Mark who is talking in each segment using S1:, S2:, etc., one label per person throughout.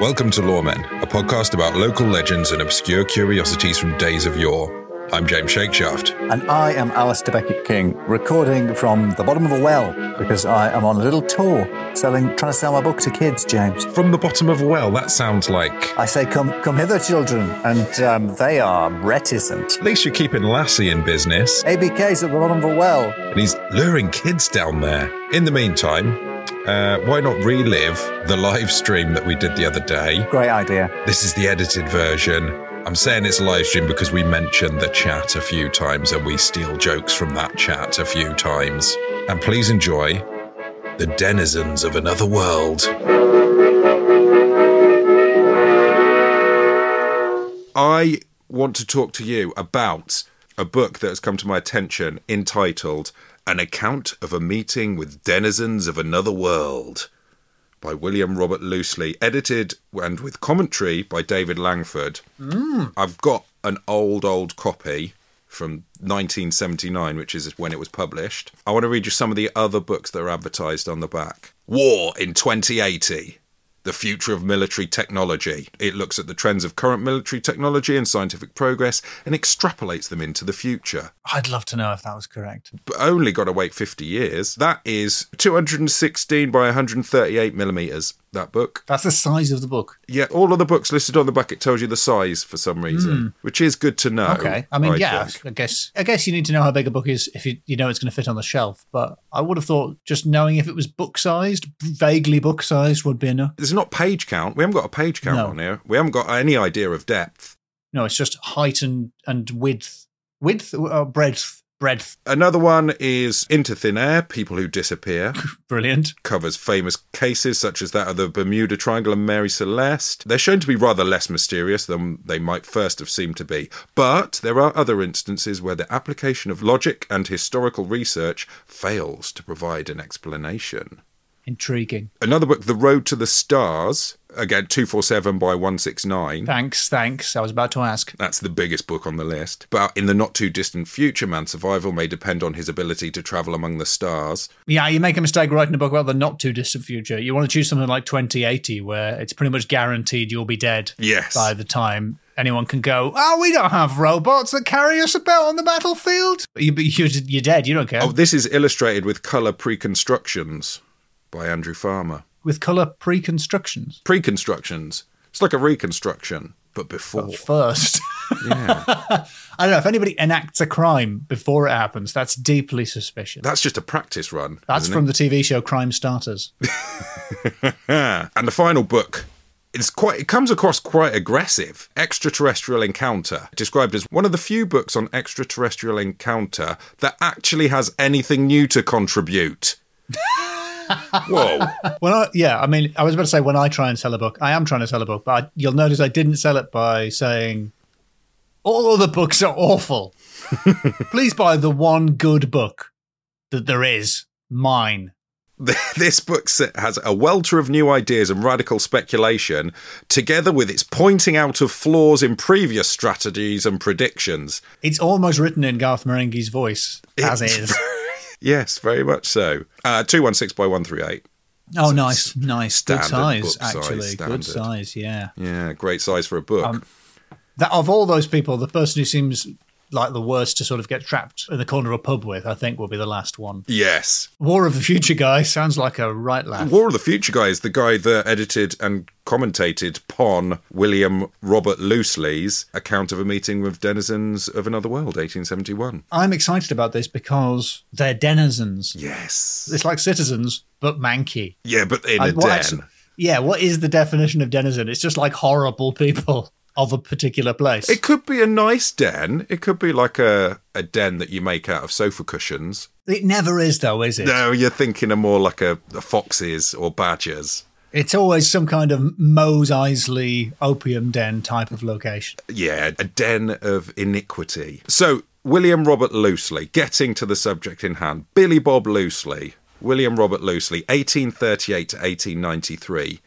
S1: Welcome to Lawmen, a podcast about local legends and obscure curiosities from days of yore. I'm James Shakeshaft.
S2: And I am Alistair Beckett King, recording from the bottom of a well because I am on a little tour selling, trying to sell my book to kids, James.
S1: From the bottom of a well, that sounds like.
S2: I say, come, come hither, children, and um, they are reticent.
S1: At least you're keeping Lassie in business,
S2: ABK's at the bottom of a well.
S1: and he's luring kids down there. In the meantime, uh, why not relive the live stream that we did the other day?
S2: Great idea.
S1: This is the edited version. I'm saying it's a live stream because we mentioned the chat a few times and we steal jokes from that chat a few times. And please enjoy the denizens of another world. I want to talk to you about a book that has come to my attention entitled An Account of a Meeting with Denizens of Another World by William Robert Loosely, edited and with commentary by David Langford. I've got an old, old copy from 1979, which is when it was published. I want to read you some of the other books that are advertised on the back War in 2080. The future of military technology. It looks at the trends of current military technology and scientific progress and extrapolates them into the future
S3: I'd love to know if that was correct.
S1: but only got to wait 50 years. That is 216 by 138 millimeters. That book.
S3: That's the size of the book.
S1: Yeah, all of the books listed on the back, it tells you the size for some reason, which is good to know.
S3: Hmm. Okay. I mean, yeah,
S1: think.
S3: I guess I guess you need to know how big a book is if you, you know it's going to fit on the shelf. But I would have thought just knowing if it was book sized, vaguely book sized, would be enough.
S1: There's not page count. We haven't got a page count
S3: No.
S1: on here. We haven't got any idea of depth.
S3: No, it's just height and and width, width or breadth, breadth.
S1: Another one is Into Thin Air People Who Disappear.
S3: Brilliant.
S1: covers famous cases such as that of the Bermuda Triangle and Mary Celeste. They're shown to be rather less mysterious than they might first have seemed to be, but there are other instances where the application of logic and historical research fails to provide an explanation.
S3: Intriguing.
S1: Another book, The Road to the Stars, again 247 by 169.
S3: Thanks, thanks. I was about to ask.
S1: That's the biggest book on the list. But in the not too distant future, man's survival may depend on his ability to travel among the stars.
S3: Yeah, you make a mistake writing a book about the not too distant future. You want to choose something like 2080, where it's pretty much guaranteed you'll be dead.
S1: Yes.
S3: by the time anyone can go, oh, we don't have robots that carry us about on the battlefield. You, you're, you're dead. You don't care.
S1: Oh, this is illustrated with colour preconstructions by Andrew Farmer.
S3: With colour pre-constructions.
S1: Preconstructions. It's like a reconstruction, but
S3: Oh,
S1: before.
S3: First,
S1: yeah.
S3: I don't know if anybody enacts a crime before it happens. That's deeply suspicious.
S1: That's just a practice run.
S3: That's from the TV show Crime Starters.
S1: Yeah. And the final book. It's quite, it comes across quite aggressive. Extraterrestrial Encounter, described as one of the few books on extraterrestrial encounter that actually has anything new to contribute. Whoa.
S3: When I, yeah, I mean, I was about to say when I try and sell a book, I am trying to sell a book, but I, you'll notice I didn't sell it by saying all other books are awful. Please buy the one good book that there is, mine.
S1: this book s- has a welter of new ideas and radical speculation, together with its pointing out of flaws in previous strategies and predictions.
S3: It's almost written in Garth Marenghi's voice, as
S1: It's
S3: is.
S1: Yes, very much so. Uh, 216 by 138.
S3: Oh, nice, nice. Good
S1: standard
S3: size,
S1: book size,
S3: actually.
S1: standard.
S3: Good size, yeah.
S1: Yeah, great size for a book.
S3: Um, That of all those people, the person who seems like the worst to sort of get trapped in the corner of a pub with, I think, will be the last one.
S1: yes.
S3: War of the Future guy sounds like a right laugh.
S1: War of the Future guy is the guy that edited and commentated upon William Robert Loosley's account of a meeting with denizens of another world, 1871.
S3: I'm excited about this because they're denizens.
S1: Yes.
S3: It's like citizens, but manky.
S1: Yeah, but in a
S3: I-
S1: den.
S3: what actu- yeah, what is the definition of denizen? It's just like horrible people. of a particular place.
S1: It could be a nice den. It could be like a, a den that you make out of sofa cushions.
S3: It never is, though, is it?
S1: No, you're thinking of more like a, a foxes or badgers.
S3: It's always some kind of Mose Isley opium den type of location.
S1: Yeah, a den of iniquity. So, William Robert Loosely, getting to the subject in hand, Billy Bob Loosely, William Robert Loosely, 1838 to 1893,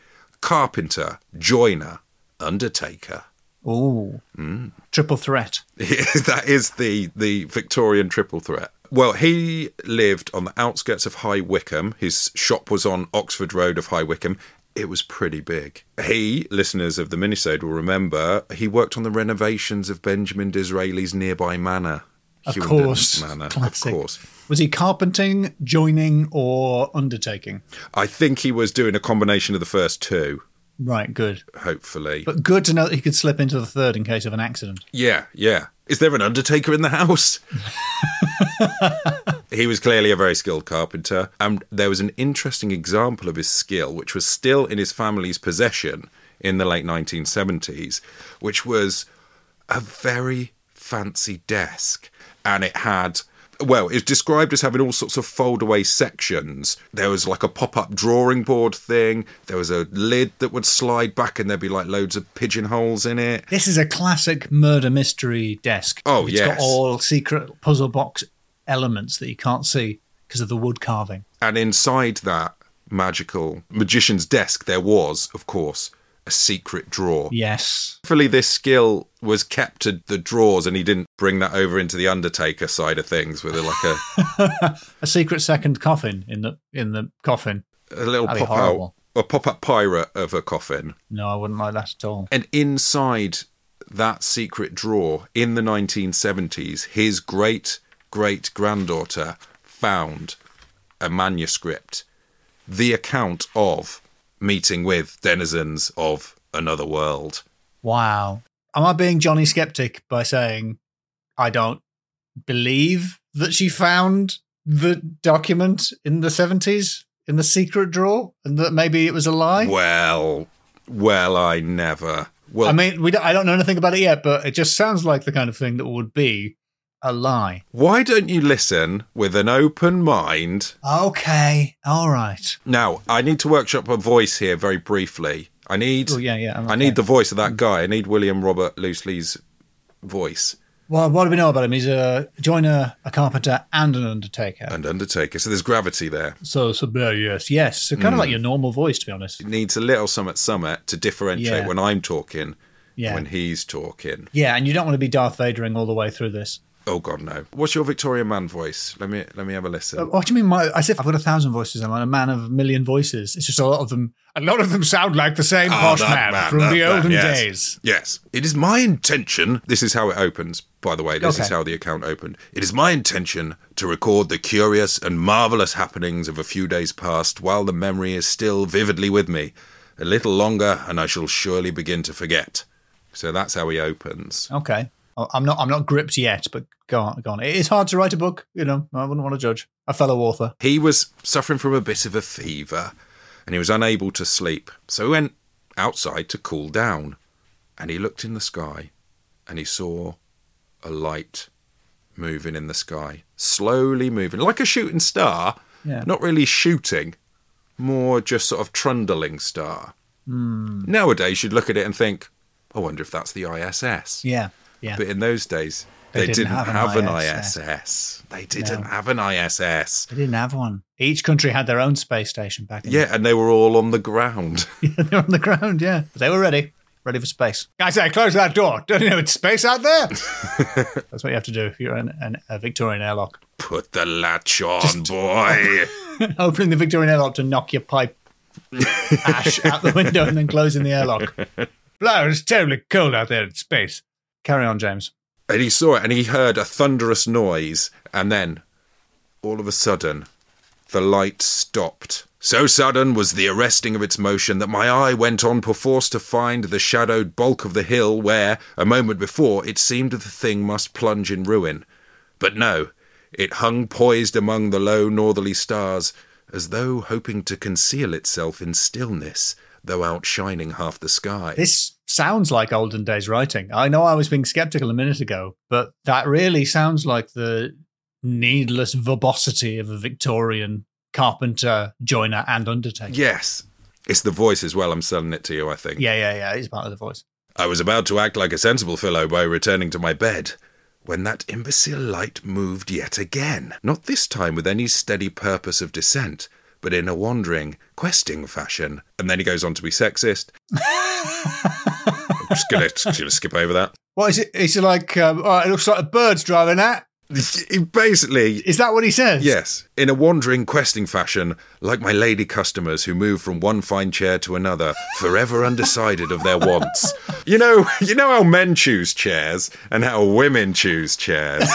S1: carpenter, joiner, undertaker.
S3: Ooh.
S1: Mm.
S3: Triple threat.
S1: that is the the Victorian triple threat. Well, he lived on the outskirts of High Wycombe. His shop was on Oxford Road of High Wycombe. It was pretty big. He, listeners of the Minisode will remember, he worked on the renovations of Benjamin Disraeli's nearby manor.
S3: Of
S1: Hughenden
S3: course.
S1: Manor,
S3: Classic.
S1: of course.
S3: Was he carpenting, joining, or undertaking?
S1: I think he was doing a combination of the first two,
S3: Right, good.
S1: hopefully.
S3: But good to know that he could slip into the third in case of an accident.
S1: Yeah, yeah. Is there an undertaker in the house? he was clearly a very skilled carpenter, and there was an interesting example of his skill, which was still in his family's possession in the late 1970s, which was a very fancy desk. And it had, well, it was described as having all sorts of foldaway sections. There was like a pop up drawing board thing, there was a lid that would slide back, and there'd be like loads of pigeonholes in it.
S3: This is a classic murder mystery desk.
S1: Oh,
S3: It's
S1: yes.
S3: got all secret puzzle box elements that you can't see because of the wood carving.
S1: And inside that magical magician's desk, there was, of course, a secret drawer.
S3: Yes.
S1: Hopefully, this skill was kept to the drawers, and he didn't bring that over into the Undertaker side of things with a, like a,
S3: A secret second coffin in the in the coffin.
S1: a little
S3: That'd be
S1: pop out,
S3: horrible.
S1: a pop up pirate of a coffin.
S3: No, I wouldn't like that at all.
S1: And inside that secret drawer in the 1970s, his great great granddaughter found a manuscript, the account of meeting with denizens of another world.
S3: Wow. Am I being Johnny Skeptic by saying I don't believe that she found the document in the 70s in the secret drawer and that maybe it was a lie?
S1: Well, well, I never. Well,
S3: I mean, we don't, I don't know anything about it yet, but it just sounds like the kind of thing that would be a lie.
S1: why don't you listen with an open mind?
S3: Okay. All right.
S1: Now, I need to workshop a voice here very briefly. I need,
S3: Oh, yeah, yeah. I'm
S1: I
S3: okay.
S1: need the voice of that guy. I need William Robert Loosely's voice.
S3: Well, what do we know about him? He's a joiner, a carpenter, and an undertaker.
S1: and Undertaker. So there's gravity there.
S3: so, so uh, yes, yes. So kind of
S1: Mm.
S3: like your normal voice, to be honest.
S1: It needs a little summit summit to differentiate
S3: Yeah.
S1: when I'm talking,
S3: Yeah.
S1: when he's talking.
S3: yeah, and you don't want to be Darth Vadering all the way through this.
S1: Oh God, no! What's your Victorian man voice? Let me let me have a listen.
S3: Uh, What do you mean? My, I said I've got a thousand voices. I'm a man of a million voices. It's just a lot of them. A lot of them sound like the same
S1: Ah,
S3: posh
S1: that
S3: man,
S1: man,
S3: from
S1: that
S3: the
S1: man,
S3: olden
S1: yes.
S3: days.
S1: Yes. It is my intention. This is how it opens, by the way. This is
S3: Okay.
S1: how the account opened. It is my intention to record the curious and marvellous happenings of a few days past while the memory is still vividly with me. A little longer, and I shall surely begin to forget. So that's how he opens.
S3: Okay, I- I'm not. I'm not gripped yet, but go on, go on. It is hard to write a book. You know, I wouldn't want to judge a fellow author.
S1: He was suffering from a bit of a fever and he was unable to sleep. So he went outside to cool down and he looked in the sky and he saw a light moving in the sky, slowly moving, like a shooting star,
S3: Yeah.
S1: not really shooting, more just sort of trundling star.
S3: Hmm.
S1: Nowadays, you'd look at it and think, I wonder if that's the ISS.
S3: Yeah, yeah.
S1: But in those days,
S3: They
S1: they,
S3: didn't
S1: didn't,
S3: have
S1: have,
S3: an
S1: an,
S3: ISS.
S1: ISS. They didn't have an ISS.
S3: They didn't have one. Each country had their own space station back in
S1: Yeah, and they were all on the ground.
S3: they were on the ground, yeah. But they were ready. Ready for space. I say, close that door. Don't you know it's space out there? That's what you have to do if you're in an, a Victorian airlock.
S1: Put the latch on, boy.
S3: Opening the Victorian airlock to knock your pipe ash out the window and then closing the airlock. Blow, it's terribly cold out there in space. Carry on, James.
S1: and he saw it and he heard a thunderous noise. And then, all of a sudden, the light stopped. So sudden was the arresting of its motion that my eye went on perforce to find the shadowed bulk of the hill where, a moment before, it seemed the thing must plunge in ruin. But no, it hung poised among the low northerly stars, as though hoping to conceal itself in stillness though outshining half the sky.
S3: This sounds like olden days writing. I know I was being skeptical a minute ago, but that really sounds like the needless verbosity of a Victorian carpenter, joiner, and undertaker.
S1: yes. It's the voice as well. I'm selling it to you, I think.
S3: yeah, yeah. yeah, It's part of the voice.
S1: I was about to act like a sensible fellow by returning to my bed when that imbecile light moved yet again, not this time with any steady purpose of descent, but in a wandering, questing fashion. And then he goes on to be sexist. I'm just gonna, just gonna skip over that.
S3: What is it? Is it like, um, oh, it looks like a bird's driving that?
S1: Basically,
S3: Is that what he says?
S1: Yes, in a wandering, questing fashion, like my lady customers who move from one fine chair to another, forever undecided of their wants. You know, you know how men choose chairs and how women choose chairs.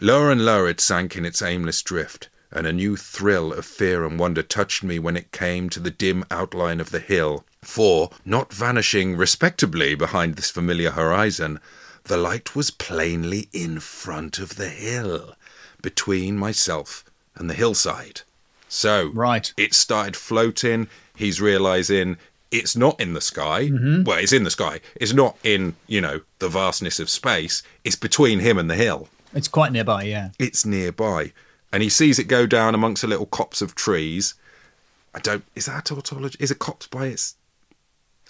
S1: lower and lower it sank in its aimless drift, and a new thrill of fear and wonder touched me when it came to the dim outline of the hill. For, not vanishing respectably behind this familiar horizon, the light was plainly in front of the hill, between myself and the hillside. So,
S3: Right.
S1: it started floating. He's realizing it's not in the sky. Well, it's in the sky. It's not in, you know, the vastness of space. It's between him and the hill
S3: It's quite nearby, yeah.
S1: it's nearby. And he sees it go down amongst a little copse of trees. I don't. Is that a tautology? Is a copse by its.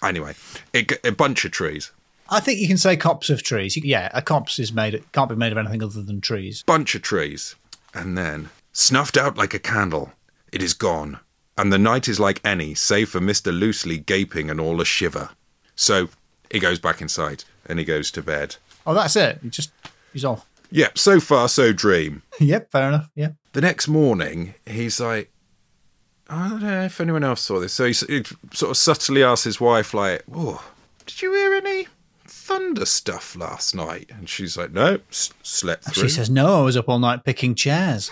S1: Anyway, it, g- a bunch of trees.
S3: I think you can say copse of trees. You- Yeah, a copse is made can't be made of anything other than trees.
S1: Bunch of trees. And then, snuffed out like a candle, it is gone. And the night is like any, save for Mr. Loosely gaping and all a shiver. So he goes back inside and he goes to bed.
S3: Oh, that's it. He just he's off.
S1: Yep, so far, so dream.
S3: yep, fair enough. Yeah.
S1: the next morning, he's like, I don't know if anyone else saw this. So he, s- he sort of subtly asks his wife, like, "Oh, did you hear any thunder stuff last night?" And she's like, "No, s- slept through."
S3: She says, "No, I was up all night picking chairs.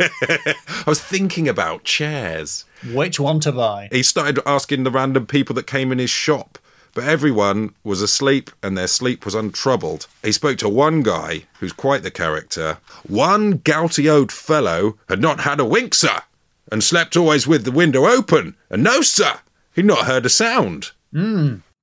S1: "I was thinking about chairs."
S3: Which one to buy?"
S1: He started asking the random people that came in his shop, but everyone was asleep and their sleep was untroubled. He spoke to one guy who's quite the character. One gouty old fellow had not had a wink, sir, and slept always with the window open. And no, sir, he'd not heard a sound.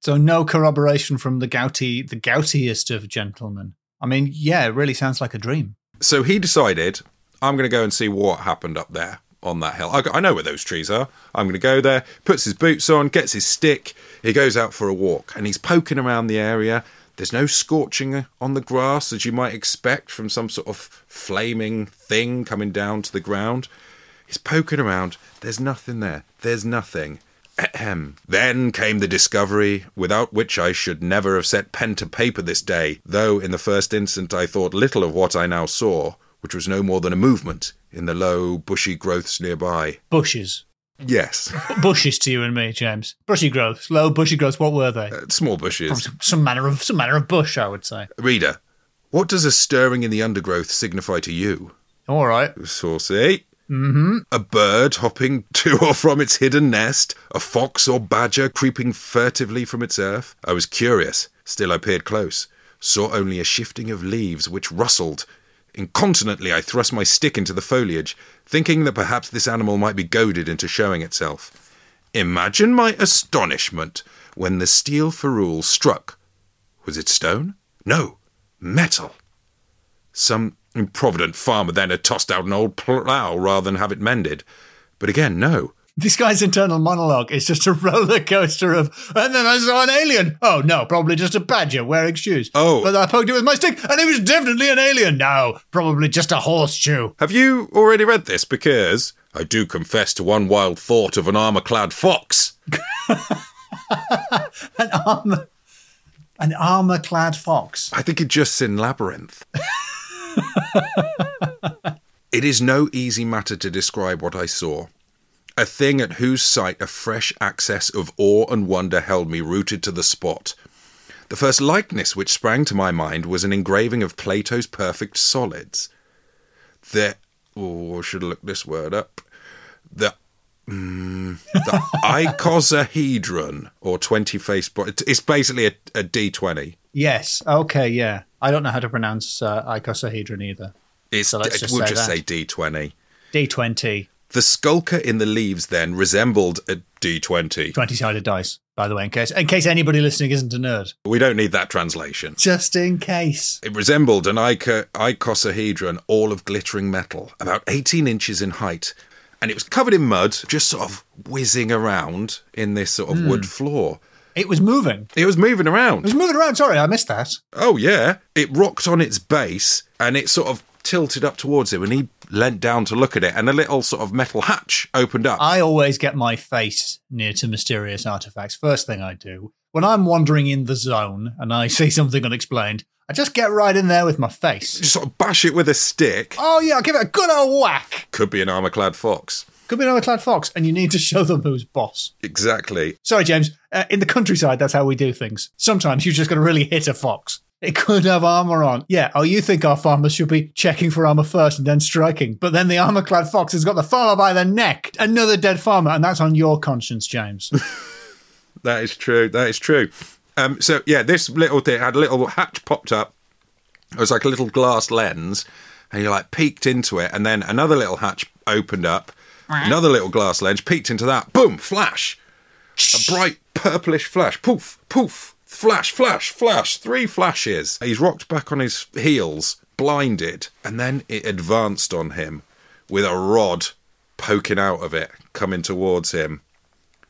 S3: So no corroboration from the gouty, the goutiest of gentlemen. I mean, yeah, it really sounds like a dream.
S1: So he decided, I'm going to go and see what happened up there on that hill. I, I know where those trees are. I'm going to go there. Puts his boots on, gets his stick. He goes out for a walk and he's poking around the area. There's no scorching on the grass as you might expect from some sort of flaming thing coming down to the ground. He's poking around. There's nothing there. There's nothing. Ahem. Then came the discovery, without which I should never have set pen to paper this day, though in the first instant I thought little of what I now saw, which was no more than a movement in the low, bushy growths nearby.
S3: Bushes,
S1: Yes,
S3: bushes to you and me, James. Bushy growth, low bushy growth. What were they?
S1: small bushes.
S3: Some manner of some manner of bush, I would say.
S1: Reader, what does a stirring in the undergrowth signify to you?
S3: All right.
S1: saucy. Mm-hmm. A bird hopping to or from its hidden nest, a fox or badger creeping furtively from its earth. I was curious, still I peered close, saw only a shifting of leaves which rustled. Incontinently, I thrust my stick into the foliage, thinking that perhaps this animal might be goaded into showing itself. Imagine my astonishment when the steel ferrule struck. Was it stone? No, metal. Some improvident farmer then had tossed out an old plough rather than have it mended. But again, no.
S3: This guy's internal monologue is just a roller coaster of, and then I saw an alien. Oh no, probably just a badger wearing shoes.
S1: Oh.
S3: but I poked it with my stick, and it was definitely an alien. No, probably just a horseshoe.
S1: Have you already read this? Because I do confess to one wild thought of an armor clad fox.
S3: An armor, an armor-clad fox.
S1: I think it just in Labyrinth. it is no easy matter to describe what I saw. A thing at whose sight a fresh access of awe and wonder held me rooted to the spot. The first likeness which sprang to my mind was an engraving of Plato's perfect solids. The oh, I should look this word up. The mm, the icosahedron or twenty faced body. It's basically a, a D twenty.
S3: Yes. Okay. Yeah. I don't know how to pronounce uh, icosahedron either.
S1: It's
S3: So let's
S1: it-
S3: just
S1: we'll
S3: say
S1: just
S3: that.
S1: say D twenty.
S3: D twenty.
S1: The skulker in the leaves then resembled a D20.
S3: Twenty sided dice, by the way, in case in case anybody listening isn't a nerd.
S1: We don't need that translation.
S3: Just in case.
S1: It resembled an ico- icosahedron all of glittering metal, about 18 inches in height, and it was covered in mud, just sort of whizzing around in this sort of
S3: Hmm.
S1: wood floor.
S3: It was moving.
S1: It was moving
S3: It was
S1: around.
S3: moving around. Sorry, I missed that.
S1: Oh, yeah. It rocked on its base and it sort of tilted up towards him, and he leant down to look at it, and a little sort of metal hatch opened up.
S3: I always get my face near to mysterious artifacts. First thing I do when I'm wandering in the zone and I see something unexplained, I just get right in there with my face.
S1: Just sort of bash it with a stick.
S3: Oh yeah, I'll give it a good old whack.
S1: Could be an armor clad fox.
S3: Could be another clad fox, and you need to show them who's boss.
S1: Exactly.
S3: Sorry, James. Uh, in the countryside, that's how we do things. Sometimes you're just going to really hit a fox. It could have armor on. Yeah. Oh, you think our farmers should be checking for armor first and then striking. But then the armor clad fox has got the farmer by the neck. Another dead farmer. And that's on your conscience, James.
S1: That is true. That is true. Um, so yeah, this little thing had a little hatch popped up. It was like a little glass lens, and you like peeked into it, and then another little hatch opened up. Another little glass lens peeked into that. Boom! Flash. A bright purplish flash. Poof! Poof! Flash! Flash! Flash! Three flashes. He's rocked back on his heels, blinded, and then it advanced on him with a rod poking out of it, coming towards him.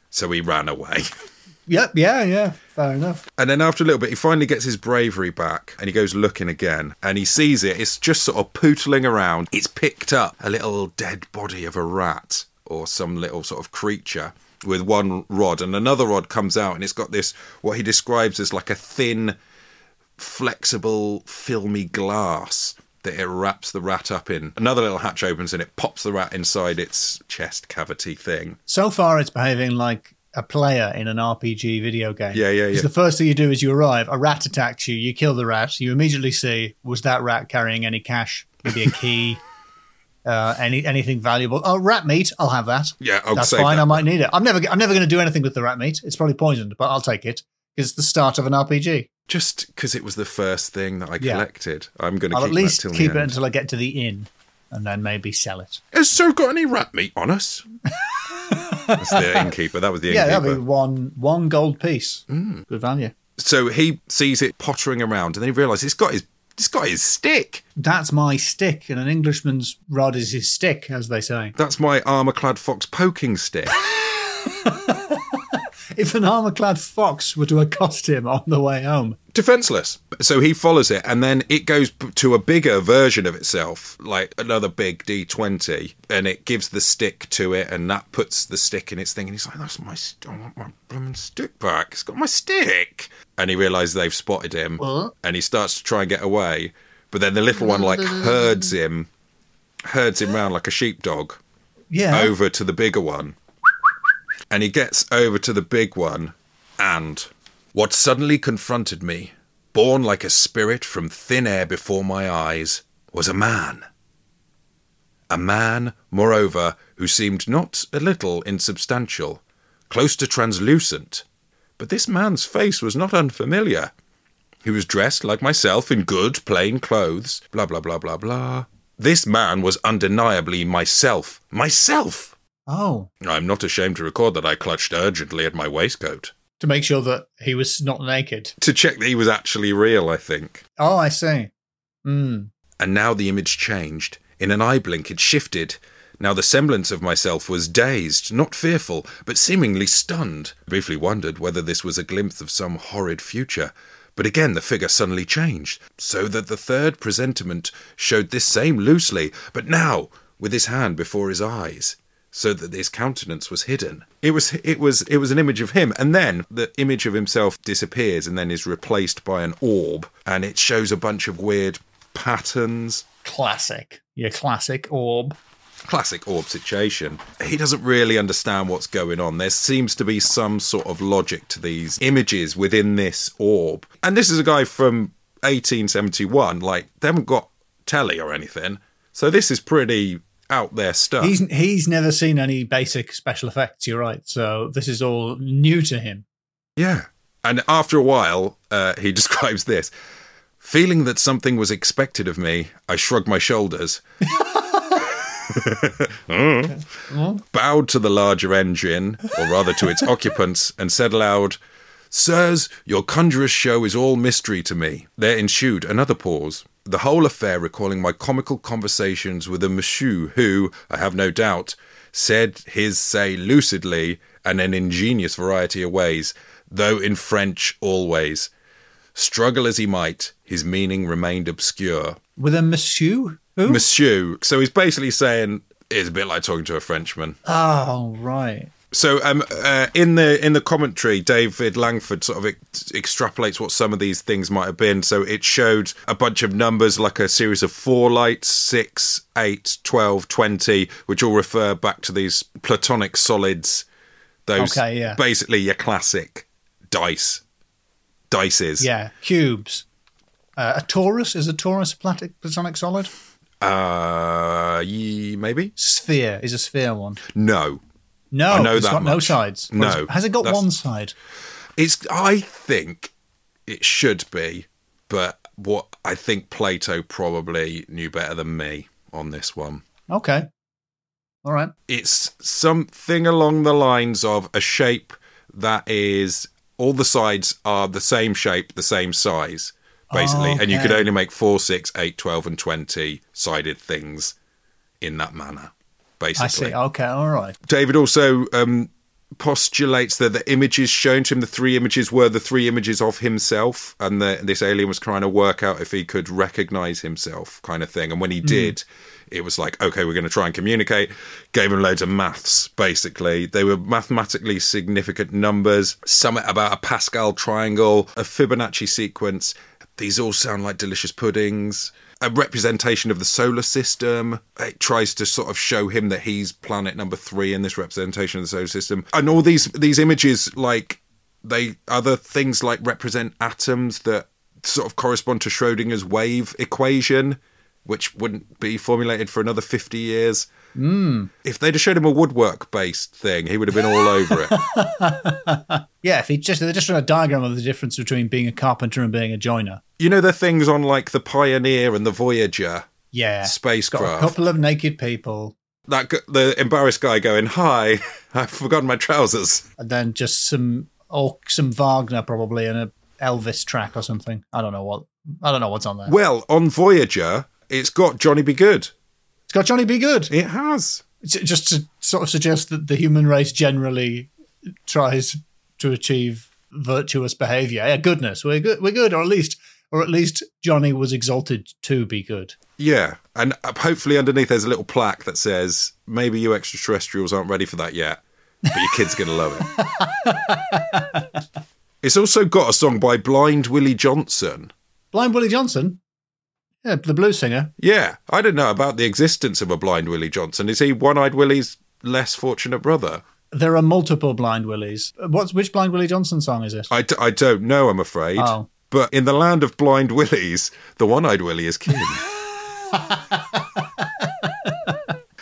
S1: So he ran away.
S3: yep. Yeah. Yeah. Fair enough.
S1: And then after a little bit, he finally gets his bravery back and he goes looking again and he sees it. It's just sort of pootling around. It's picked up a little dead body of a rat or some little sort of creature with one rod and another rod comes out and it's got this, what he describes as like a thin, flexible, filmy glass that it wraps the rat up in. Another little hatch opens and it pops the rat inside its chest cavity thing.
S3: So far, it's behaving like a player in an RPG video game.
S1: Yeah, yeah,
S3: 'Cause
S1: yeah.
S3: The first thing you do is you arrive, a rat attacks you, you kill the rat, you immediately see was that rat carrying any cash, maybe a key, uh, any anything valuable? Oh, rat meat, I'll have that.
S1: Yeah, I'll
S3: That's
S1: save
S3: fine.
S1: that.
S3: I might need it. I'm never I'm never going to do anything with the rat meat. It's probably poisoned, but I'll take it. 'cause It's the start of an RPG.
S1: just because it was the first thing that I
S3: Yeah.
S1: collected, I'm going to
S3: I'll
S1: keep
S3: at least
S1: that till
S3: keep
S1: the
S3: it
S1: end.
S3: until I get to the inn, and then maybe sell it.
S1: Has Sue got any rat meat on us? That's the innkeeper. That was the
S3: Yeah, that'll
S1: innkeeper.
S3: be one one gold piece.
S1: Mm.
S3: Good value.
S1: So he sees it pottering around, and then he realises it's got his it's got his stick.
S3: That's my stick, and an Englishman's rod is his stick, as they say.
S1: That's my armour-clad fox poking stick.
S3: If an armor clad fox were to accost him on the way home,
S1: defenseless. So he follows it, and then it goes p- to a bigger version of itself, like another big D20, and it gives the stick to it, and that puts the stick in its thing. And he's like, "That's my, st- I want my blooming stick back. It's got my stick." And he realizes they've spotted him, and he starts to try and get away, but then the little one like herds him, herds him round like a sheepdog
S3: yeah,
S1: over to the bigger one. And he gets over to the big one, and what suddenly confronted me, born like a spirit from thin air before my eyes, was a man. A man, moreover, who seemed not a little insubstantial, close to translucent. But this man's face was not unfamiliar. He was dressed like myself in good, plain clothes, blah, blah, blah, blah, blah. This man was undeniably myself. Myself!
S3: oh,
S1: I'm not ashamed to record that I clutched urgently at my waistcoat.
S3: to make sure that he was not naked.
S1: To check that he was actually real, I think.
S3: Oh, I see. Hmm.
S1: And now the image changed. In an eye blink, it shifted. Now the semblance of myself was dazed, not fearful, but seemingly stunned. I briefly wondered whether this was a glimpse of some horrid future. But again, the figure suddenly changed, so that the third presentiment showed this same loosely, but now with his hand before his eyes, so that his countenance was hidden. It was, it was, it was an image of him, and then the image of himself disappears, and then is replaced by an orb, and it shows a bunch of weird patterns.
S3: Classic. Your classic orb.
S1: Classic orb situation. He doesn't really understand what's going on. There seems to be some sort of logic to these images within this orb. And this is a guy from 1871. Like, they haven't got telly or anything. So this is pretty out there stuff.
S3: He's he's never seen any basic special effects. You're right. So this is all new to him.
S1: Yeah. And after a while, uh, he describes this feeling that something was expected of me, I shrugged my shoulders. bowed to the larger engine, or rather to its occupants, and said aloud, Sirs, your conjurous show is all mystery to me. There ensued another pause, the whole affair recalling my comical conversations with a monsieur who, I have no doubt, said his say lucidly and in ingenious variety of ways, though in French always. Struggle as he might, his meaning remained obscure.
S3: With a monsieur? Who?
S1: Monsieur, so he's basically saying it's a bit like talking to a Frenchman.
S3: oh, right.
S1: So, um, uh, in the in the commentary, David Langford sort of ex- extrapolates what some of these things might have been. So, it showed a bunch of numbers like a series of four lights, six, eight, 12, 20, which all refer back to these platonic solids. Those
S3: Okay, yeah.
S1: basically your classic dice, dices.
S3: Yeah, cubes. Uh, a torus is a torus a platic- platonic solid.
S1: Uh, ye, maybe
S3: Sphere is a sphere one.
S1: no.
S3: No,
S1: I know
S3: it's
S1: that
S3: got no
S1: much.
S3: sides. Or
S1: No,
S3: is- has it got
S1: that's-
S3: one side?
S1: It's I think it should be, but what I think Plato probably knew better than me on this one.
S3: Okay, all right.
S1: It's something along the lines of a shape that is all the sides are the same shape, the same size, basically, and you could
S3: Okay.
S1: only make four, six, eight, twelve, and twenty sided things in that manner. Basically,
S3: I see. Okay, all right.
S1: David also um, postulates that the images shown to him, the three images, were the three images of himself, and that this alien was trying to work out if he could recognize himself, kind of thing. And when he did, it was like, okay, we're going to try and communicate. Gave him loads of maths, basically. They were mathematically significant numbers, something about a Pascal triangle, a Fibonacci sequence. These all sound like delicious puddings. A representation of the solar system. It tries to sort of show him that he's planet number three in this representation of the solar system. And all these these images, like they other things like represent atoms that sort of correspond to Schrodinger's wave equation, which wouldn't be formulated for another fifty years.
S3: Hmm.
S1: If they'd have showed him a woodwork based thing, he would have been all over it.
S3: Yeah, if he just they're just trying to diagram of the difference between being a carpenter and being a joiner.
S1: You know the things on like the Pioneer and the Voyager
S3: Yeah, got a
S1: spacecraft.
S3: couple of naked people,
S1: that g- the embarrassed guy going, "Hi, I've forgotten my trousers."
S3: and then just some or some Wagner probably and a Elvis track or something. I don't know what. I don't know what's on there.
S1: Well, on Voyager, it's got Johnny Be Good.
S3: It's got Johnny B. Good.
S1: It has.
S3: J- just to sort of suggest that the human race generally tries to achieve virtuous behavior. Yeah, goodness, we're good. We're good, or at least, or at least Johnny was exalted to be good.
S1: Yeah, and uh, hopefully underneath there's a little plaque that says, "Maybe you extraterrestrials aren't ready for that yet, but your kid's gonna love it." it's also got a song by Blind Willie Johnson.
S3: Blind Willie Johnson, yeah, the blues singer.
S1: Yeah, I don't know about the existence of a Blind Willie Johnson. Is he One-Eyed Willie's less fortunate brother?
S3: There are multiple Blind Willies. Uh, What's which Blind Willie Johnson song is it?
S1: I, d- I don't know, I'm afraid.
S3: Oh.
S1: But in the land of blind willies, the one eyed willie is king.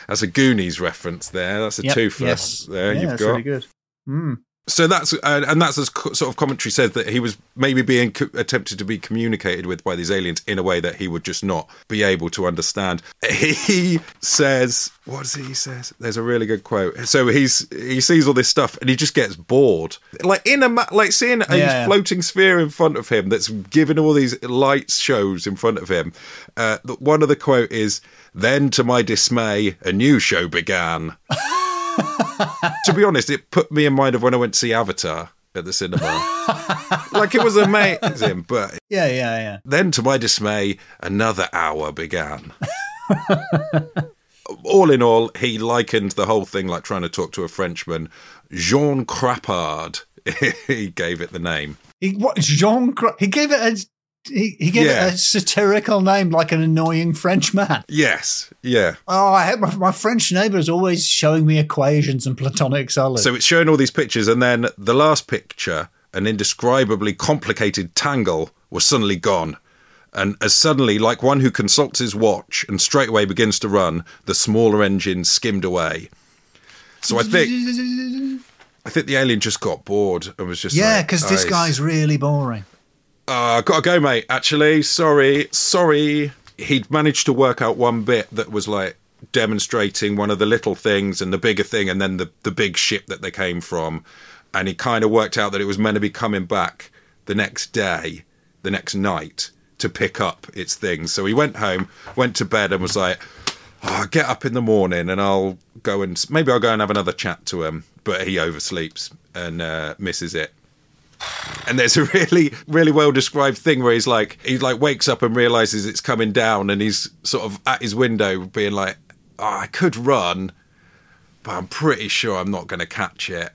S1: that's a Goonies reference there. That's a
S3: Yep,
S1: twofer.
S3: yes.
S1: There
S3: yeah,
S1: you've
S3: that's
S1: got.
S3: really good. Mm.
S1: So that's uh, and that's as co- sort of commentary says that he was maybe being co- attempted to be communicated with by these aliens in a way that he would just not be able to understand. He says, "What does he says?" There's a really good quote. So he's he sees all this stuff and he just gets bored, like in a ma- like seeing a
S3: Yeah.
S1: floating sphere in front of him that's given all these lights shows in front of him. Uh, the- one of the quote is, "Then to my dismay, a new show began." to be honest, it put me in mind of when I went to see Avatar at the cinema. like it was amazing, but
S3: Yeah, yeah, yeah.
S1: then to my dismay, another hour began. all in all, he likened the whole thing like trying to talk to a Frenchman. Jean Crapard, he gave it the name.
S3: He what Jean? Cro- He gave it a. He, he gave
S1: Yeah.
S3: it a satirical name like an annoying French man.
S1: Yes, yeah.
S3: Oh, I have my, my French neighbour is always showing me equations and platonic solids.
S1: So it's showing all these pictures, and then the last picture, an indescribably complicated tangle, was suddenly gone. And as suddenly, like one who consults his watch and straightway begins to run, the smaller engine skimmed away. So I think I think the alien just got bored and was just
S3: yeah,
S1: like,
S3: because this
S1: "Guys,
S3: guy's really boring.
S1: uh, gotta go, mate. Actually, sorry, sorry. He'd managed to work out one bit that was like, demonstrating one of the little things and the bigger thing and then the, the big ship that they came from. And he kind of worked out that it was meant to be coming back the next day, the next night to pick up its things. So he went home, went to bed, and was like, "Oh, I'll get up in the morning and I'll go and maybe I'll go and have another chat to him. But he oversleeps and uh, misses it. And there's a really, really well described thing where he's like, he like wakes up and realizes it's coming down, and he's sort of at his window, being like, oh, I could run, but I'm pretty sure I'm not going to catch it.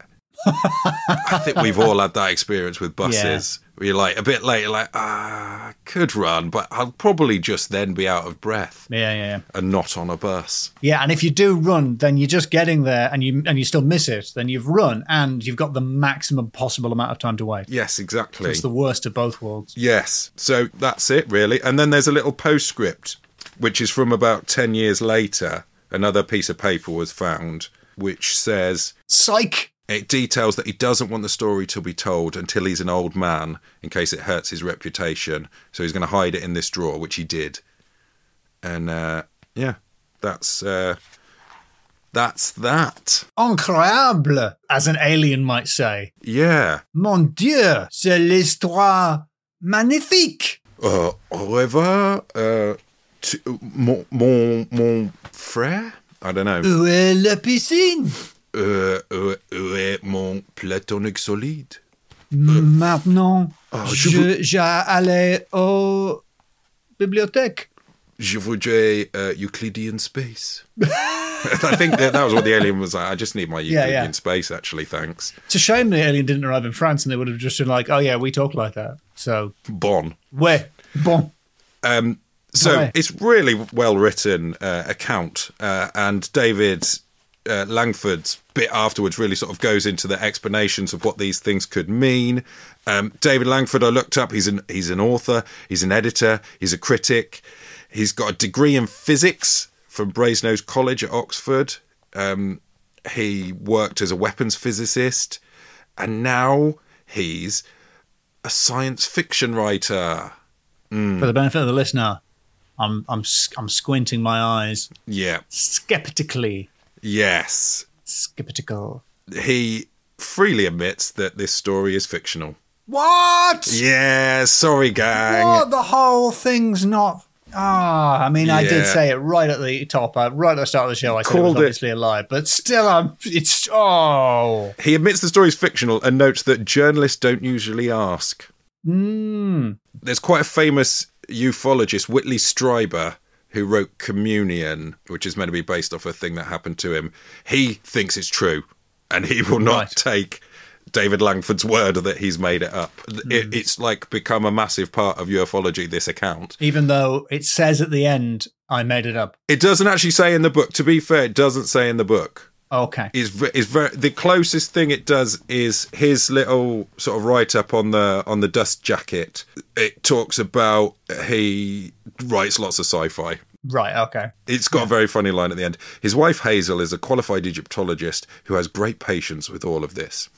S1: I think we've all had that experience with buses. Where you're like a bit later, like ah, I could run, but I'll probably just then be out of breath
S3: Yeah, yeah, yeah.
S1: and not on a bus.
S3: Yeah, and if you do run, then you're just getting there, and you and you still miss it. Then you've run, and you've got the maximum possible amount of time to wait.
S1: Yes, exactly.
S3: It's the worst of both worlds.
S1: Yes. So that's it, really. And then there's a little postscript, which is from about 10 years later. Another piece of paper was found, which says
S3: Psych.
S1: it details that he doesn't want the story to be told until he's an old man in case it hurts his reputation. So he's going to hide it in this drawer, which he did. And uh, yeah, that's. Uh, that's that.
S3: Incroyable, as an alien might say.
S1: Yeah.
S3: Mon Dieu, c'est l'histoire magnifique.
S1: Euh, au revoir, euh, tu- mon, mon, mon frère? I don't know.
S3: Où est la piscine?
S1: Euh, où, où est mon platonique solide?
S3: Maintenant,
S1: Ah, je
S3: je, j'allais au bibliothèque.
S1: Je voudrais uh, Euclidean space. I think that, that was what the alien was like. I just need my Euclidean
S3: yeah.
S1: space, actually, thanks.
S3: It's a shame the alien didn't arrive in France, and they would have just been like, "Oh yeah, we talk like that." So,
S1: Bon.
S3: ouais, bon.
S1: Um, so
S3: Right.
S1: it's really well written uh, account, uh, and David uh, Langford's bit afterwards really sort of goes into the explanations of what these things could mean. Um, David Langford, I looked up. He's an he's an author. He's an editor. He's a critic. He's got a degree in physics from Brasenose College at Oxford. Um, he worked as a weapons physicist, and now he's a science fiction writer. Hmm.
S3: For the benefit of the listener, I'm I'm s- I'm squinting my eyes
S1: Yeah.
S3: skeptically,
S1: Yes.
S3: skeptical.
S1: he freely admits that this story is fictional.
S3: What?
S1: Yeah, sorry, gang.
S3: What? The whole thing's not. Ah, I mean, I did
S1: Yeah.
S3: say it right at the top, uh, right at the start of the show. I said it was
S1: Called it.
S3: obviously a lie, but still, I'm. It's oh,
S1: He admits the story is fictional and notes that journalists don't usually ask. Hmm.
S3: mm.
S1: There's quite a famous ufologist, Whitley Strieber, who wrote Communion, which is meant to be based off a thing that happened to him. He thinks it's true, and he will not
S3: Right.
S1: take David Langford's word that he's made it up. It, it's like become a massive part of ufology. This account.
S3: even though it says at the end, I made it up.
S1: It doesn't actually say in the book. To be fair, it doesn't say in the book.
S3: Okay,
S1: Is ve- is very the closest thing it does is his little sort of write up on the on the dust jacket. It talks about he writes lots of sci-fi.
S3: right, okay.
S1: It's got a very funny line at the end. His wife Hazel is a qualified Egyptologist who has great patience with all of this.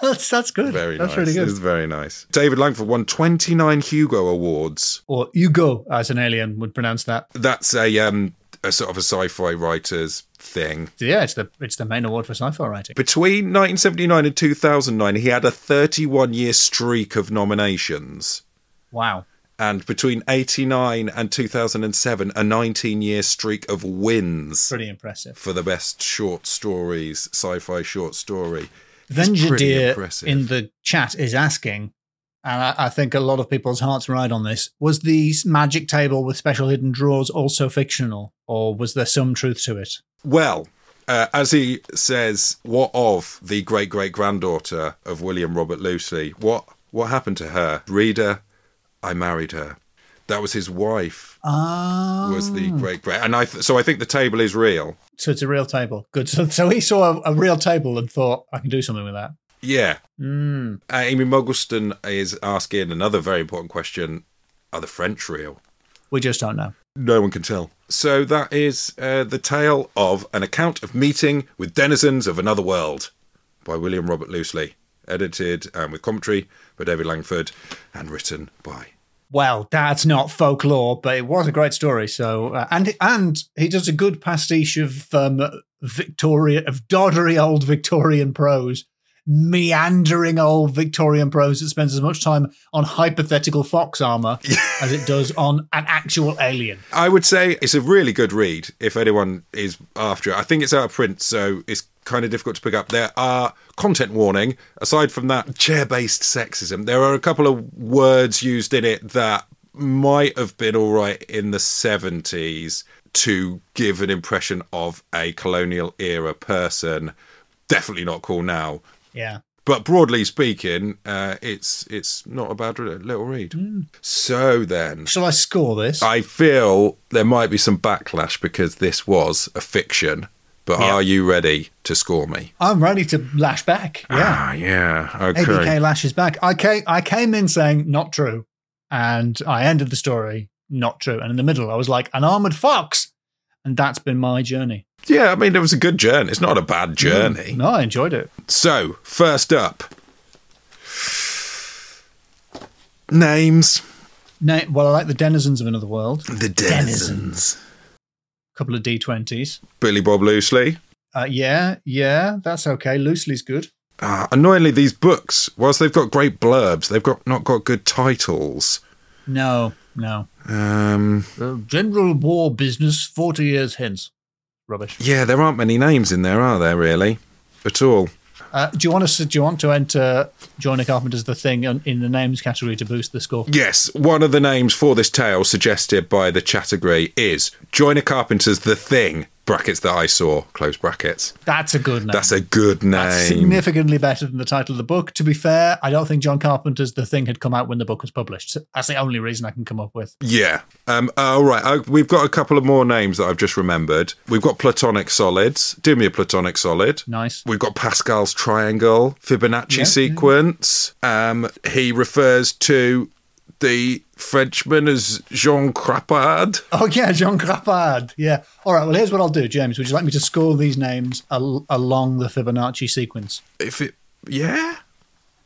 S3: that's that's good.
S1: Very
S3: that's
S1: nice.
S3: really good.
S1: It's very nice. David Langford won 29 Hugo Awards.
S3: or Hugo, as an alien would pronounce that.
S1: That's a um a sort of a sci-fi writer's thing.
S3: Yeah, it's the it's the main award for sci-fi writing.
S1: Between 1979 and 2009, he had a 31 year streak of nominations.
S3: Wow.
S1: And between 89 and 2007, a 19 year streak of wins
S3: Pretty impressive.
S1: for the best short stories, sci fi short story. It's pretty
S3: Venjadir
S1: impressive.
S3: in the chat is asking, and I, I think a lot of people's hearts ride on this. Was the magic table with special hidden drawers also fictional, or was there some truth to it?
S1: Well, uh, as he says, what of the great great granddaughter of William Robert Lucy? What what happened to her? Reader, I married her. That was his wife.
S3: Ah,
S1: Was the great great, and I th- so I think the table is real.
S3: so it's a real table. Good. So, so he saw a, a real table and thought, I can do something with that.
S1: Yeah.
S3: Mm.
S1: Uh, Amy Muggleston is asking another very important question Are the French real?
S3: We just don't know.
S1: No one can tell. So that is uh, the tale of an account of meeting with denizens of another world by William um, Robert Loosely, edited and with commentary by David Langford and written by
S3: well, that's not folklore, but it was a great story. So, uh, and and he does a good pastiche of um, Victoria of doddery old Victorian prose, meandering old Victorian prose that spends as much time on hypothetical fox armor as it does on an actual alien.
S1: I would say it's a really good read if anyone is after it. I think it's out of print, so it's kind of difficult to pick up. There are content warning. Aside from that, chair based sexism, there are a couple of words used in it that might have been all right in the 70s to give an impression of a colonial era person. Definitely not cool now.
S3: Yeah.
S1: But broadly speaking, uh, it's it's not a bad re- little read. So then,
S3: Shall I score this?
S1: I feel there might be some backlash because this was a fiction. But
S3: Yeah.
S1: are you ready to score me?
S3: I'm ready to lash back. Yeah.
S1: Ah, yeah. Okay.
S3: ABK lashes back. I came, I came in saying not true, and I ended the story not true. And in the middle, I was like an armored fox, and that's been my journey.
S1: Yeah, I mean, it was a good journey. It's not a bad journey.
S3: No, I enjoyed it.
S1: So, first up names.
S3: No, well, I like the denizens of another world. A
S1: The Denizens.
S3: couple of d20s.
S1: Billy Bob Loosely.
S3: Uh, yeah, yeah, that's okay. Loosely's good.
S1: Ah, annoyingly, these books, whilst they've got great blurbs, they've got not got good titles.
S3: No, no.
S1: Um,
S3: general war business forty years hence. Rubbish.
S1: yeah, there aren't many names in there, are there, really? At all.
S3: Uh, do you want to? Do you want to enter Johnny Carpenter's The Thing in in the names category to boost the score?
S1: Yes, one of the names for this tale suggested by the category is Joiner Carpenter's The Thing, brackets that I saw, close brackets.
S3: That's a good name.
S1: That's a good name.
S3: significantly better than the title of the book. To be fair, I don't think John Carpenter's The Thing had come out when the book was published. So that's the only reason I can come up with.
S1: Yeah. Um, all right. Uh, we've got a couple of more names that I've just remembered. We've got platonic solids. Do me a platonic solid.
S3: Nice.
S1: We've got Pascal's triangle, Fibonacci sequence. Um, he refers to the Frenchman as Jean Crapard.
S3: Oh yeah, Jean Crappard. Yeah. All right. Well, here's what I'll do, James. Would you like me to score these names al- along the Fibonacci sequence?
S1: If it, yeah.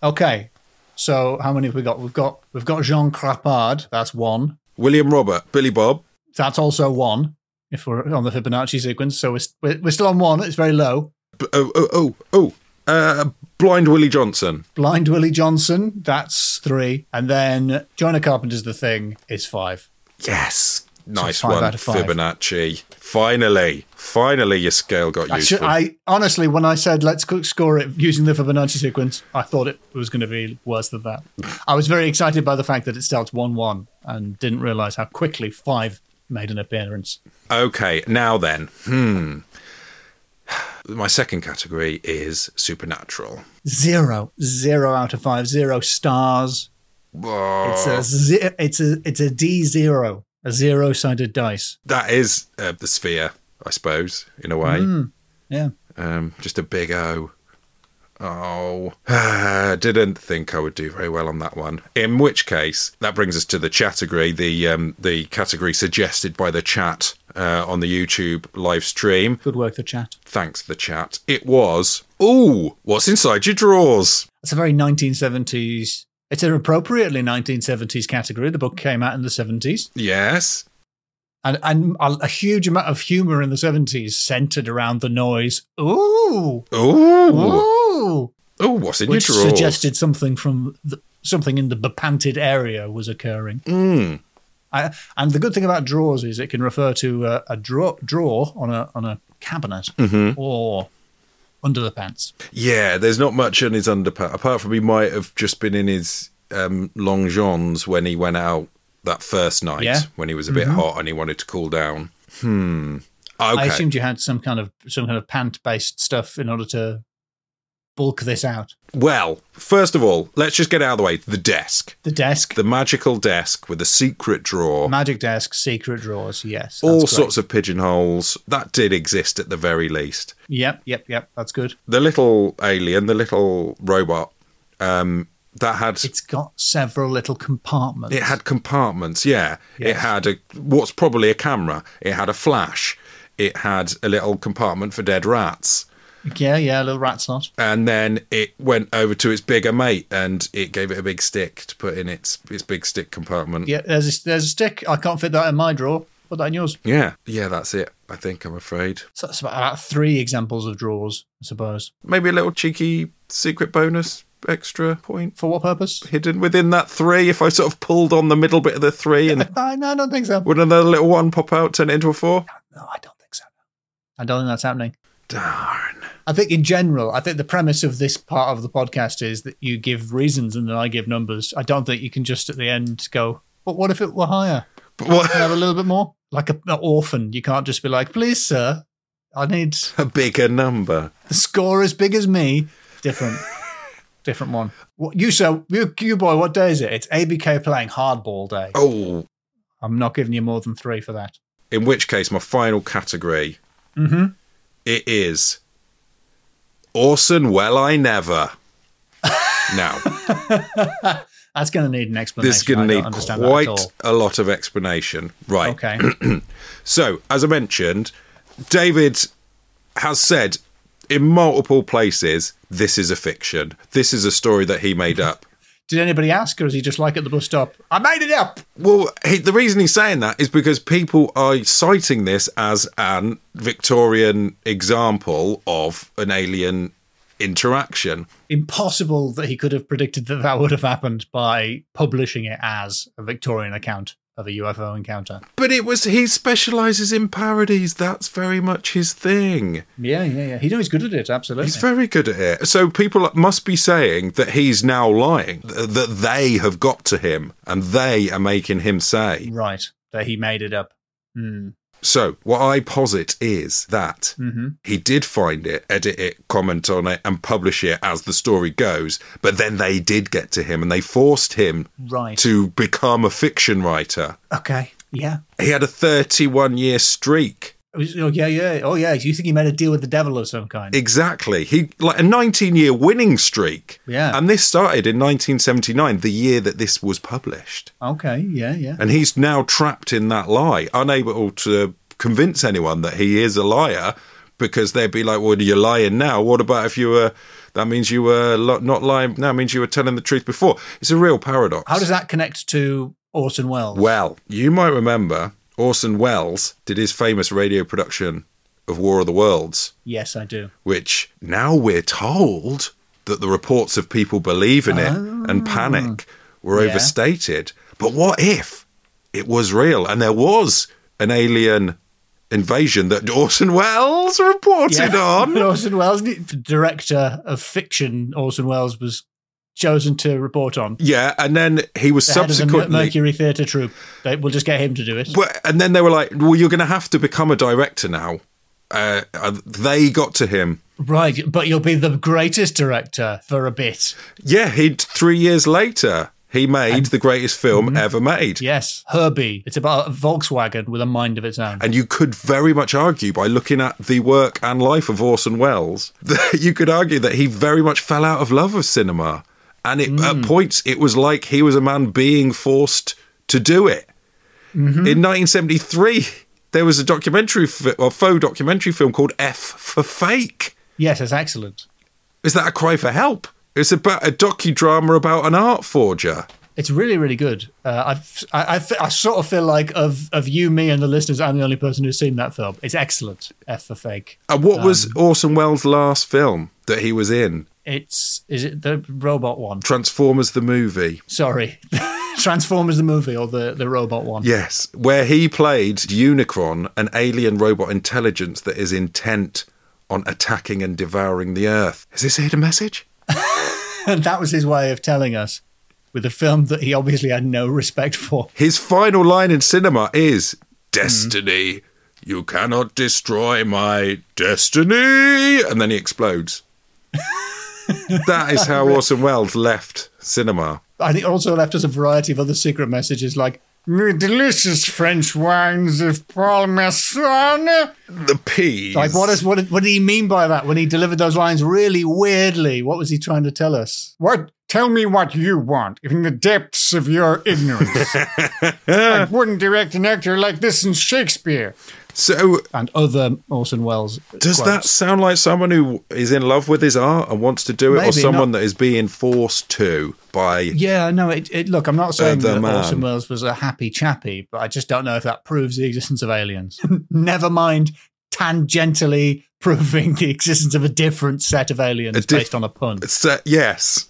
S3: Okay. So how many have we got? We've got we've got Jean Crappard. That's one.
S1: William Robert, Billy Bob.
S3: That's also one. If we're on the Fibonacci sequence, so we're st- we're still on one. It's very low.
S1: B- oh, oh, oh, oh. Uh, Blind Willie Johnson.
S3: Blind Willie Johnson. That's three. And then Joanna Carpenter's The Thing is five.
S1: Yes. Nice
S3: five
S1: one,
S3: out of five.
S1: Fibonacci. Finally, finally, your scale got
S3: I,
S1: useful.
S3: should, I honestly, when I said let's co- score it using the Fibonacci sequence, I thought it was going to be worse than that. I was very excited by the fact that it starts one-one, and didn't realize how quickly five made an appearance.
S1: Okay, now then. Hmm. My second category is supernatural.
S3: Zero, zero out of five, zero stars. It's
S1: Oh.
S3: a ze- it's a it's a D zero, a zero-sided dice.
S1: That is uh, the sphere, I suppose, in a way.
S3: Yeah,
S1: Um, just a big O. Oh, didn't think I would do very well on that one. In which case, that brings us to the category, the um, the category suggested by the chat uh, on the YouTube live stream.
S3: good work, the chat.
S1: Thanks, the chat. It was. Ooh, what's inside your drawers?
S3: It's a very 1970s. It's an appropriately 1970s category. The book came out in the 70s.
S1: Yes.
S3: and and a, a huge amount of humor in the seventies centered around the noise. Ooh,
S1: Ooh.
S3: ooh,
S1: Oh, what's in
S3: which
S1: your drawers?
S3: suggested something from the, something in the bepanted area was occurring.
S1: Mm.
S3: I, and the good thing about drawers is it can refer to uh, a, a draw drawer on a on a cabinet
S1: Mm-hmm.
S3: or under the pants.
S1: Yeah, there's not much on his underpants apart from he might have just been in his um, long johns when he went out that first night
S3: Yeah. Mm-hmm.
S1: when he was a bit hot and he wanted to cool down. Hmm.
S3: I
S1: Okay.
S3: assumed you had some kind of some kind of pant based stuff in order to bulk this out.
S1: well, first of all, let's just get out of the way. The desk,
S3: The desk,
S1: the magical desk with a secret drawer.
S3: magic desk, secret drawers. Yes,
S1: all
S3: that's great.
S1: sorts of pigeonholes. That did exist at the very least.
S3: Yep, yep, yep. That's good.
S1: The little alien, the little robot, um, that had
S3: It's got several little compartments.
S1: It had compartments, yeah. It
S3: Yes.
S1: had a what's probably a camera. It had a flash. It had a little compartment for dead rats.
S3: Yeah, yeah, a little rat snot.
S1: and then it went over to its bigger mate and it gave it a big stick to put in its its big stick compartment.
S3: Yeah, there's a, there's a stick. I can't fit that in my drawer. Put that in yours.
S1: Yeah, yeah, that's it. I think I'm afraid.
S3: So that's about, about three examples of drawers, I suppose.
S1: Maybe a little cheeky secret bonus extra point
S3: For what purpose?
S1: hidden within that three. If I sort of pulled on the middle bit of the three, and
S3: I, no, I don't think so.
S1: would another little one pop out, turn it into a four?
S3: No, I don't think so. I don't think that's happening.
S1: Darn.
S3: I think in general, I think the premise of this part of the podcast is that you give reasons and then I give numbers. I don't think you can just at the end go, but what if it were higher?
S1: But
S3: Can I
S1: what
S3: have a little bit more? Like a, an orphan, you can't just be like, please, sir, I need
S1: a bigger number.
S3: the score as big as me. Different, different one. What, you sir, you, you boy, what day is it? It's ABK playing hardball day.
S1: Oh,
S3: I'm not giving you more than three for that.
S1: in which case, my final category
S3: Mm-hmm.
S1: it is Orson. Well, I never. now.
S3: That's going to need an explanation.
S1: This is going
S3: I
S1: to
S3: don't
S1: need
S3: understand that at
S1: quite
S3: all.
S1: a lot of explanation. Right.
S3: Okay.
S1: So, as I mentioned, David has said in multiple places this is a fiction. This is a story that he made up.
S3: Did anybody ask, or is he just like at the bus stop? I made it up.
S1: Well, he, the reason he's saying that is because people are citing this as an Victorian example of an alien interaction.
S3: Impossible that he could have predicted that that would have happened by publishing it as a Victorian account of a UFO encounter.
S1: But it was he specializes in parodies. That's very much his thing.
S3: Yeah, yeah, yeah. He knew he's good at it. Absolutely.
S1: He's very good at it. So people must be saying that he's now lying, th- that they have got to him and they are making him say.
S3: right that he made it up. Hmm.
S1: So what I posit is that
S3: Mm-hmm.
S1: he did find it, edit it, comment on it, and publish it as the story goes. But then they did get to him and they forced him
S3: Right.
S1: to become a fiction writer.
S3: okay. Yeah.
S1: He had a 31 year streak.
S3: It was- Oh, yeah, yeah. Oh, yeah. You think he made a deal with the devil of some kind?
S1: Exactly. He like a 19 year winning streak.
S3: Yeah.
S1: And this started in 1979, the year that this was published.
S3: okay. Yeah, yeah.
S1: And he's now trapped in that lie, unable to convince anyone that he is a liar because they'd be like, well, you're lying now. What about if you were, that means you were lo- not lying now, means you were telling the truth before. It's a real paradox.
S3: How does that connect to Orson Welles?
S1: Well, you might remember Orson Welles did his famous radio production of War of the Worlds,
S3: yes, I do.
S1: which now we're told that the reports of people believing it and panic were
S3: Yeah.
S1: overstated. But what if it was real and there was an alien invasion that Orson Welles reported on?
S3: Orson Welles, the director of fiction, Orson Welles was chosen to report on.
S1: Yeah, and then he was
S3: The head of the
S1: subsequently.
S3: Mer- Mercury Theatre troupe. They, we'll just get him to do it.
S1: Well, and then they were like, "Well, you're going to have to become a director now." Uh, uh, they got to him.
S3: right, but you'll be the greatest director for a bit.
S1: Yeah, he three years later he made the greatest film ever made.
S3: Yes, Herbie. It's about a Volkswagen with a mind of its own.
S1: And you could very much argue by looking at the work and life of Orson Welles that you could argue that he very much fell out of love with cinema. And it, at points, it was like he was a man being forced to do it. In 1973, there was a documentary, fi- or faux documentary film called F for Fake.
S3: yes, it's excellent.
S1: Is that a cry for help? It's about a docudrama about an art forger.
S3: It's really, really good. Uh, I've, I, I, fe- I sort of feel like of of you, me, and the listeners, I'm the only person who's seen that film. It's excellent. F for fake.
S1: And what was Orson Welles' last film that he was in?
S3: It's is it the robot one?
S1: Transformers the movie.
S3: Sorry, Transformers the movie or the the robot one?
S1: Yes, where he played Unicron, an alien robot intelligence that is intent on attacking and devouring the Earth. Is this hidden message?
S3: And that was his way of telling us with a film that he obviously had no respect for.
S1: His final line in cinema is Destiny. You cannot destroy my destiny. And then he explodes. that is how Orson Welles left cinema.
S3: I think it also left us a variety of other secret messages like. "Mm, Delicious French wines of Parmesan.
S1: The peas.
S3: Like, what, is, what, did- what did he mean by that when he delivered those lines really weirdly? What was he trying to tell us?
S4: What? Tell me what you want in the depths of your ignorance. I wouldn't direct an actor like this in Shakespeare.
S1: So,
S3: and other Orson Welles.
S1: does that
S3: quotes.
S1: sound like someone who is in love with his art and wants to do it, or
S3: Maybe,
S1: someone
S3: not-
S1: that is being forced to by?
S3: Yeah, no. It, it, look, I'm not saying
S1: Other
S3: that
S1: man.
S3: Orson Welles was a happy chappy, but I just don't know if that proves the existence of aliens. Never mind tangentially proving the existence of a different set of aliens
S1: A diff-
S3: based on a pun.
S1: So- yes,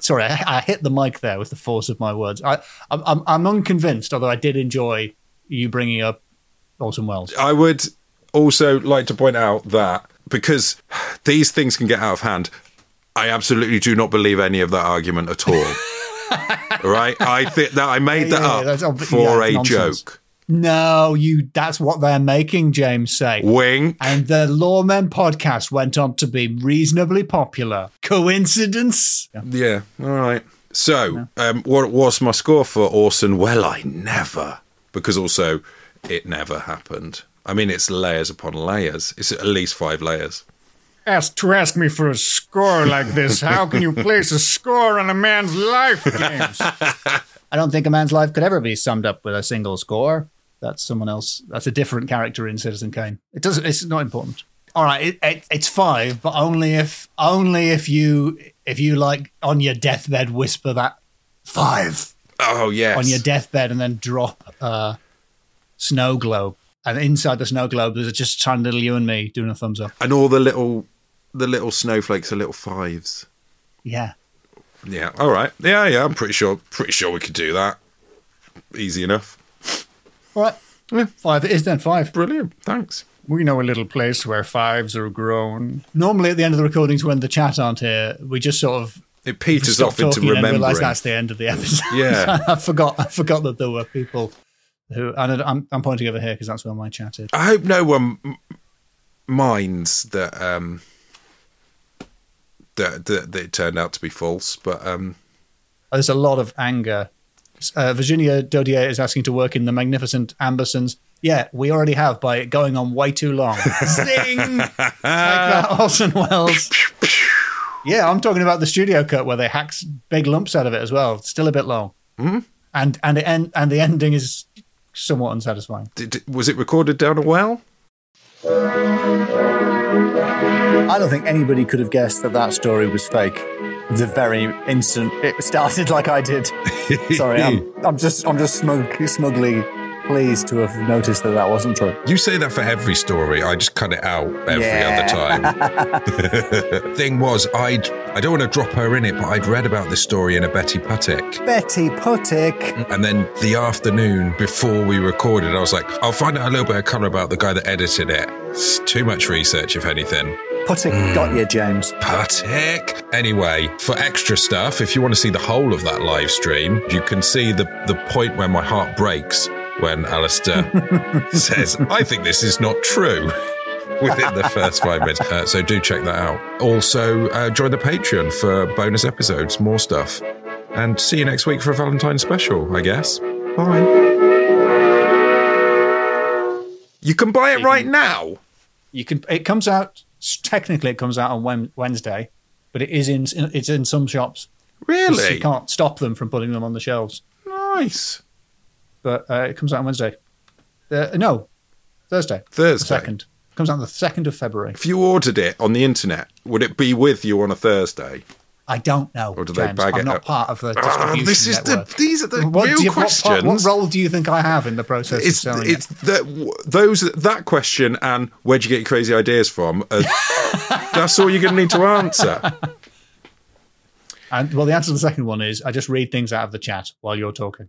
S3: Sorry, I, I hit the mic there with the force of my words. I, I'm, I'm, I'm unconvinced, although I did enjoy you bringing up Orson Welles.
S1: I would also like to point out that because these things can get out of hand, I absolutely do not believe any of that argument at all. right? I think that I made
S3: Yeah,
S1: that
S3: yeah, yeah,
S1: up
S3: that's ob-
S1: for
S3: yeah,
S1: a
S3: nonsense.
S1: joke.
S3: No, you. That's what they're making James say.
S1: Wing.
S3: And the Lawmen podcast went on to be reasonably popular. Coincidence?
S1: Yeah. All right. So, um, what was my score for Orson? Well, I never, because also it never happened. I mean, it's layers upon layers. It's at least five layers.
S4: Ask to ask me for a score like this. How can you place a score on a man's life, James?
S3: I don't think a man's life could ever be summed up with a single score. That's someone else. That's a different character in Citizen Kane. It doesn't. It's not important. All right, it, it, it's five, but only if only if you if you like on your deathbed whisper that five
S1: Oh yes.
S3: on your deathbed and then drop a snow globe. And inside the snow globe, there's just tiny little you and me doing a thumbs up.
S1: and all the little, the little snowflakes are little fives.
S3: Yeah.
S1: Yeah. All right. Yeah. Yeah. I'm pretty sure. Pretty sure we could do that. Easy enough.
S3: All right. Five. It is then five.
S1: Brilliant. Thanks.
S4: We know a little place where fives are grown.
S3: Normally at the end of the recordings when the chat aren't here, we just sort of
S1: It peters
S3: stop
S1: off into
S3: talking and
S1: remembering.
S3: realize that's the end of the episode.
S1: Yeah.
S3: I forgot. I forgot that there were people who. And I'm, I'm pointing over here because that's where my chat is.
S1: I hope no one m- minds that um that, that that it turned out to be false, but um
S3: Uh, There's a lot of anger. Uh, Virginia Dodier is asking to work in the magnificent Ambersons. Yeah, we already have by it going on way too long. Zing! Take that, Orson Welles. Yeah, I'm talking about the studio cut where they hacks big lumps out of it as well. It's Still a bit long, and and it end, and the ending is somewhat unsatisfying.
S1: did, was it recorded down a well?
S2: I don't think anybody could have guessed that that story was fake. The very instant it started, like I did. Sorry, I'm, I'm just, I'm just smug, smugly pleased to have noticed that that wasn't true.
S1: You say that for every story. I just cut it out every other time. Thing was, I'd I don't want to drop her in it, but I'd read about this story in a Betty Patek.
S2: Betty Puttick.
S1: And then the afternoon before we recorded, I was like, I'll find out a little bit of colour about the guy that edited it. It's too much research, if anything.
S2: Puttick got you, James.
S1: Patek. Anyway, for extra stuff, if you want to see the whole of that live stream, you can see the, the point where my heart breaks when Alistair says, I think this is not true. Within the first five minutes. Uh, so do check that out. Also, uh, join the Patreon for bonus episodes, more stuff. And see you next week for a Valentine's special, I guess. Bye. You can buy it right now.
S3: You can. It comes out technically. It comes out on Wen- Wednesday, but it is in. It's in some shops. You
S1: Really?
S3: can't stop them from putting them on the shelves.
S1: Nice.
S3: But uh, it comes out on Wednesday. Uh, no, Thursday. The
S1: Thursday.
S3: second comes out on the second of February.
S1: If you ordered it on the internet, would it be with you on a Thursday?
S3: I don't know.
S1: Or do they
S3: James.
S1: bag
S3: I'm
S1: it
S3: not
S1: up?
S3: part of the
S1: Ah,
S3: distribution
S1: this is
S3: network.
S1: the these are the
S3: What, do
S1: real
S3: you, what,
S1: questions.
S3: part, what role do you think I have in the process
S1: it's
S3: of selling
S1: it's
S3: it?
S1: that w those that question and where do you get your crazy ideas from? Uh, that's all you're going to need to answer.
S3: And, well, the answer to the second one is I just read things out of the chat while you're talking.